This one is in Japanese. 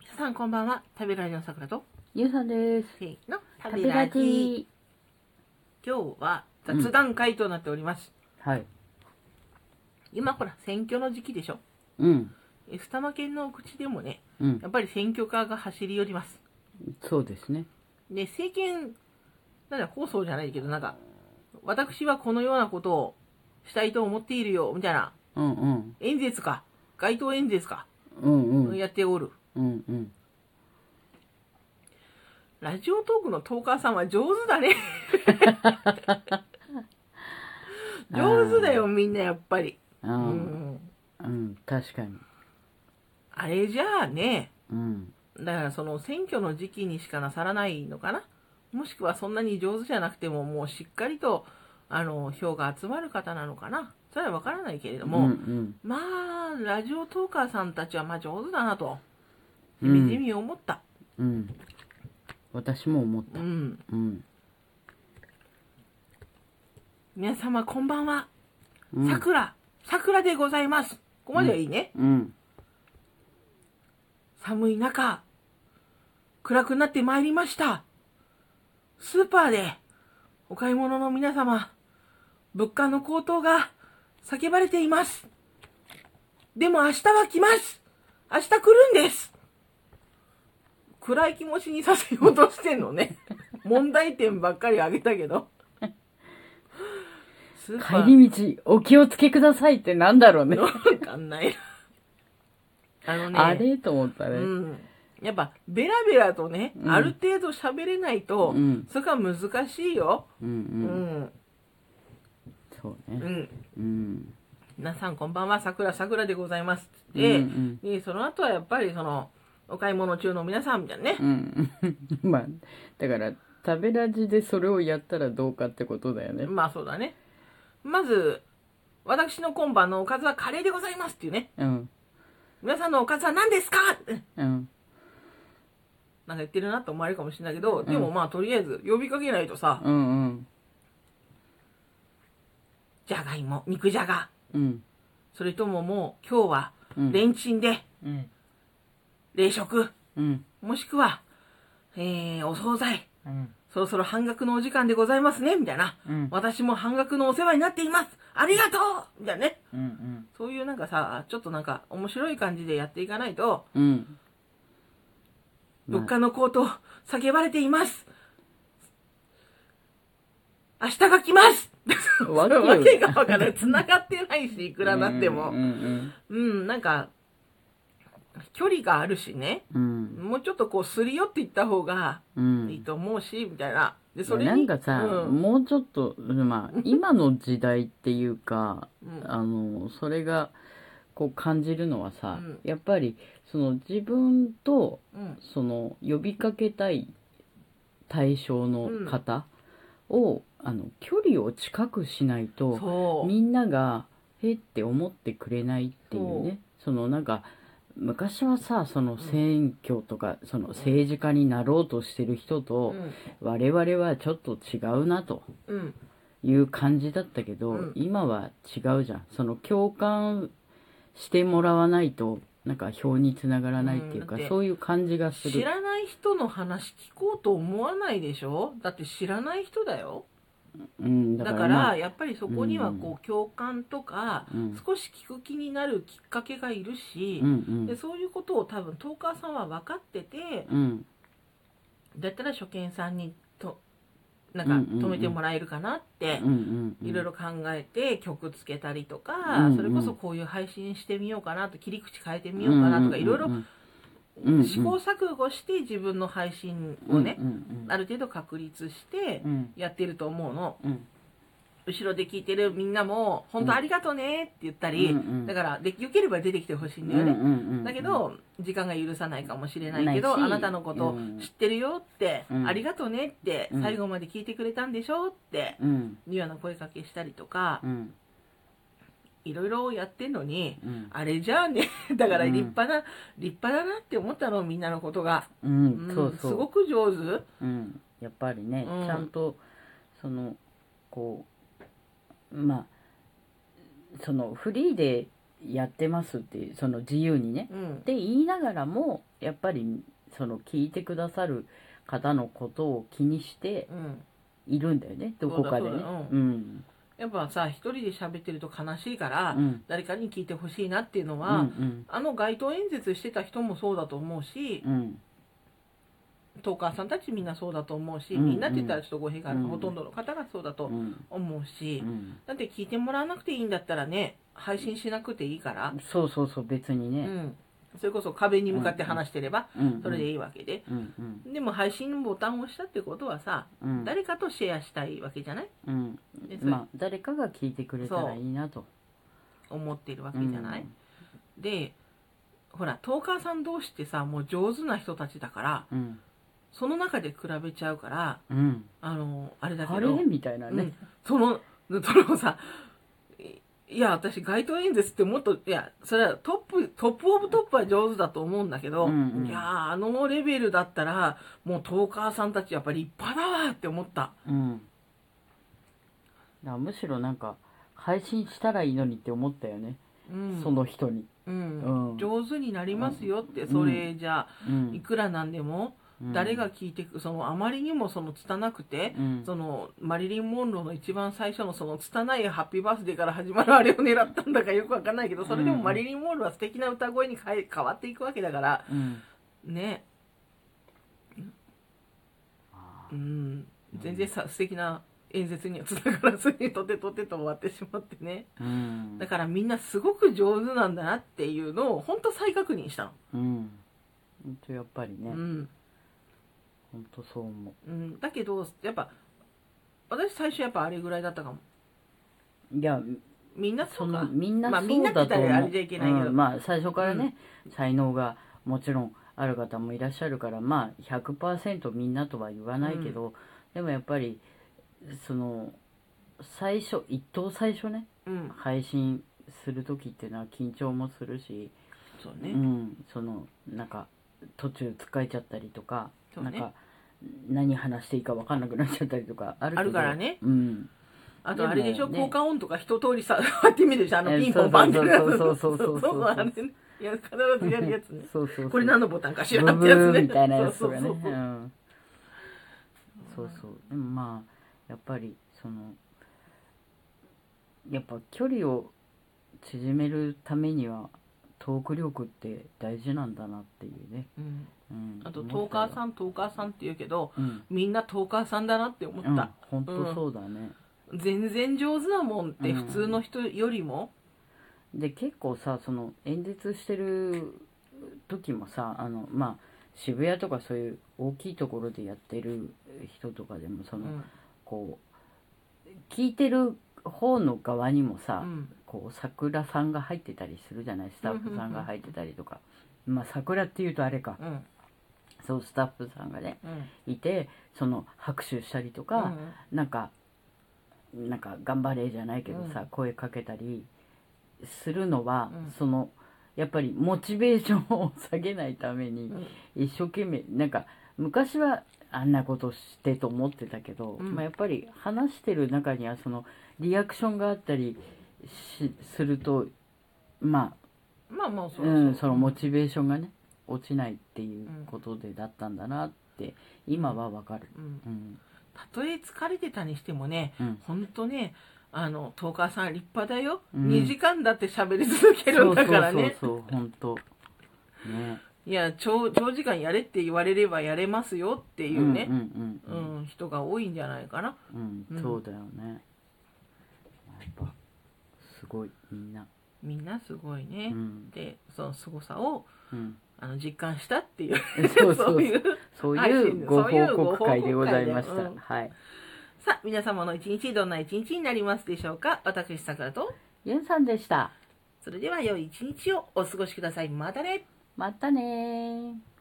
皆さんこんばんは食べられのさくらとゆうさんです。せーの食旅べララジジ今日は雑談会となっております、はい。今ほら選挙の時期でしょうん。え二玉県のお口でもねうんや。っぱり選挙カーが走り寄りますそうですね。で政権なんだ放送じゃないけどなんか私はこのようなことをしたいと思っているよみたいなうんうん。演説か街頭演説か、うんうん。やっておるうんうん。ラジオトークのトーカーさんは上手だ ね上手だよみんなやっぱりう。うんんうん。確かに。あれじゃあねうん。だからその選挙の時期にしかなさらないのかなもしくはそんなに上手じゃなくてももうしっかりとあの票が集まる方なのかなそれは分からないけれども、うんまあラジオトーカーさんたちはまあ上手だなとうみんじみ思った、うん。うん。私も思っうた。ん、うん。皆様こんばんはうんさくらさくらでございますここまではいいね、うん。寒い中暗くなってまいりましたスーパーでお買い物の皆様物価の高騰が叫ばれていますでも明日は来ます明日来るんです暗い気持ちにさせようとしてんの ね問題点ばっかりあげたけどスーパー帰り道、お気をつけくださいってなんだろうね。 わかんないあのねあれと思ったうね。ん、やっぱベラベラとね、うんある程度喋れないと、うんそれが難しいよううんんうん。そううね。んうん。皆さんこんばんはさくらさくらでございますで,、うんでその後はやっぱりそのお買い物中の皆さんみたいなねう、ん。 まあ、だから、食べラジでそれをやったらどうかってことだよね。まあそうだねまず私の今晩のおかずはカレーでございますっていうねうん。皆さんのおかずは何ですかってうん。なんか言ってるなと思われるかもしれないけど、でもまあとりあえず呼びかけないとさ、うんうん。じゃがいも肉じゃがうん。それとももう今日はうんレンチンで、うん。冷食うん。もしくは、えー、お惣菜うん。そろそろ半額のお時間でございますねみたいな、うん私も半額のお世話になっていますありがとうみたいなねうん。そういうなんかさちょっとなんか面白い感じでやっていかないとうん。物価の高騰叫ばれています明日が来ます わかるわけがわからない繋がってないしいくらなってもうんうんうんなんか距離があるしねうん。もうちょっとこうすり寄っていった方がうん。いいと思うし、みたいな。で、そそれれになんかさ、うんもうちょっと、ま あ、今の時代っていうか、うんあの、それが、こう感じるのはさ、うんやっぱり、その自分と、うんその呼びかけたい対象の方を、あの、距離を近くしないと、そう。みんなが「へ」って思ってくれないっていうねそのなんか昔はさその選挙とか、その政治家になろうとしてる人と、うん我々はちょっと違うなとうん。いう感じだったけど、うん今は違うじゃんその共感してもらわないとなんか票につながらないっていうか、うんだってそういう感じがす知るらない人の話聞こうと思わないでしょだって知らない人だよ。うんだだかからら、まあやっぱりそこにはうこう、共感とか、うん少し聞く気になるきっかけがいるし、うんでそういうことを多分トーカーさんは分かっててうんうんだったら初見さんにとなんうんかうんうん止めてもらえるかなってうんうんうんいろいろ考えて曲つけたりとか、うんうんそれこそこういう配信してみようかなと切り口変えてみようかなとか、いろいろうんうん試行錯誤して自分の配信をね、うんうんある程度確立してうんやってると思うのうん後ろで聞いてるみんなも「本当ありがとうね」って言ったり、うんうんだからでよければ出てきてほしいんだよね、だけ、ど時間が許さないかもしれないけどないしあなたのことを知ってるよって、うんありがとうねって、うん最後まで聞いてくれたんでしょってうんいうような声かけしたりとかう、んいろいろやってんのに、うんあれじゃあね、 だからうん立派な、立派だなって思ったの、みんなのことが。うんうんそうそうすごく上手。うん、やっぱりね、うんちゃんとそのこうまあそのフリーでやってますっていうその自由にねうんっ。て言いながらもやっぱりその聞いてくださる方のことを気にしてうん。いるんだよねどこかでねそうだそうだうんやっぱさ、一人で喋ってると悲しいから、うん誰かに聞いてほしいなっていうのうは、んあの街頭演説してた人もそうだと思うしう、んトーカーさんたちみんなそうだと思うし、うんみんなって言ったらちょっと語弊があるが、うんほとんどの方がそうだうとん思うし、うんだって聞いてもらわなくていいんだったらね、配信しなくていいから、そうそうそう別にうねん。それこそ壁に向かって話してれば、うんそれでいいわけで。うんうんでも配信のボタンを押したってことはさ、うん誰かとシェアしたいわけじゃないうんでそれまあ誰かが聞いてくれたらいいなと思ってるわうけじんゃない、で、ほら、トーカーさん同士ってさ、もう上手な人たちだから、うんその中で比べちゃうから、うんあの、あれだけあれど、みたいなうねん、その、それもさ、いいや、私、街頭演説ってもっと、いや、それはトップ、トップオブトップは上手だと思うんだけど、うんうんいやー、あのレベルだったら、もうトーカーさんたちやっぱり立派だわって思った。うん、だからむしろなんか配信したらいいのにって思ったよね、うん。その人に、うんうん上手になりますよって、うんそれじゃあ、うんいくらなんでも、うん誰が聞いてく、その、あまりにもその、拙くて、うんそのマリリン・モンローの一番最初のその拙いハッピーバースデーから始まるあれを狙ったんだかよくわかんないけどそれでもマリリン・モンローは素敵な歌声に変え変わっていくわけだからうんねあうーん全然さ素敵な演説にはつながらずにとてとてと終わってしまってねうんだからみんなすごく上手なんだなっていうのを本当再確認したのうん本当やっぱりね、うん、本当そう思ううん、だけどやっぱ私最初やっぱあれぐらいだったかもいやみんなそそうのかみんなまあそみんなうって言だっとた思う、らあれじゃいけないけどうんまあ最初からね、才能がもちろんある方もいらっしゃるからまあ100%みんなとは言わないけど、でもやっぱりその最初一等最初ねうん配信する時っていうのは緊張もするし、そううねん、そのなんか途中疲れちゃったりとか、そうなねんか何話していいか分かんなくなっちゃったりとかあるけどあるからねうん、あとあれでしょ、でもね効果音とか一通りさ、 割ってみるでしょ、あのえピンポンパンってやつ。そうそうそうそうそうそう。そうあれねいや、必ずやるやつね そうそうそうこれ何のボタンかしブらってブやつね。ーみたいなやつとかね。そうそううそうんそうそう。でもまあ、やっぱり、その、やっぱ距離を縮めるためには、トーク力って大事なんだなっていうね。うんうん、あと、トーカーさん、ん、トーカーさんって言うけど、うん、みんなトーカーさんだなって思うんっ、本当そうだね。た。全然上手なもんって、普通の人よりも、で、結構さ、その、演説してる時もさ、あの、まあ、渋谷とかそういう大きいところでやってる人とかでも、そうの、ん。こう聞いてる方の側にもうさ、んこう桜さんが入ってたりするじゃないスタッフさんが入ってたりとか、まあ桜っていうとあれかうん。そうスタッフさんがねうん。いてその拍手したりとうか、んなんかなんか「頑張れ」じゃないけどさ、うん声かけたりするのは、うんそのやっぱりモチベーションを下げないために、うん一生懸命なんか昔はあんなことしてと思ってたけど、うんまあ、やっぱり話してる中にはそのリアクションがあったりしするとままあまあ、あそううんそそうのモチベーションがね落ちないっていうことでだったんだなって今はわかる。うんうんたとえ疲れてたにしてもね、うん本当ねあの十日さん立派だよ、うん2時間だって喋り続けるんだからねそうそうそうそう本当ねいや長長時間やれって言われればやれますよっていうねう、んううんうんん人が多いんじゃないかなうん、うんそうだよねやっぱすごいみんな、みんなすごいうね、んでその凄さを うん、あの実感したっていうそうそういうそう配い信うでごそういう報ご報告告会会ででございました。うんはい。さあ皆様の一日どんな一日になりますでしょうか私さくらとゆんさんでした。それでは良い一日をお過ごしくださいまたねまたねー。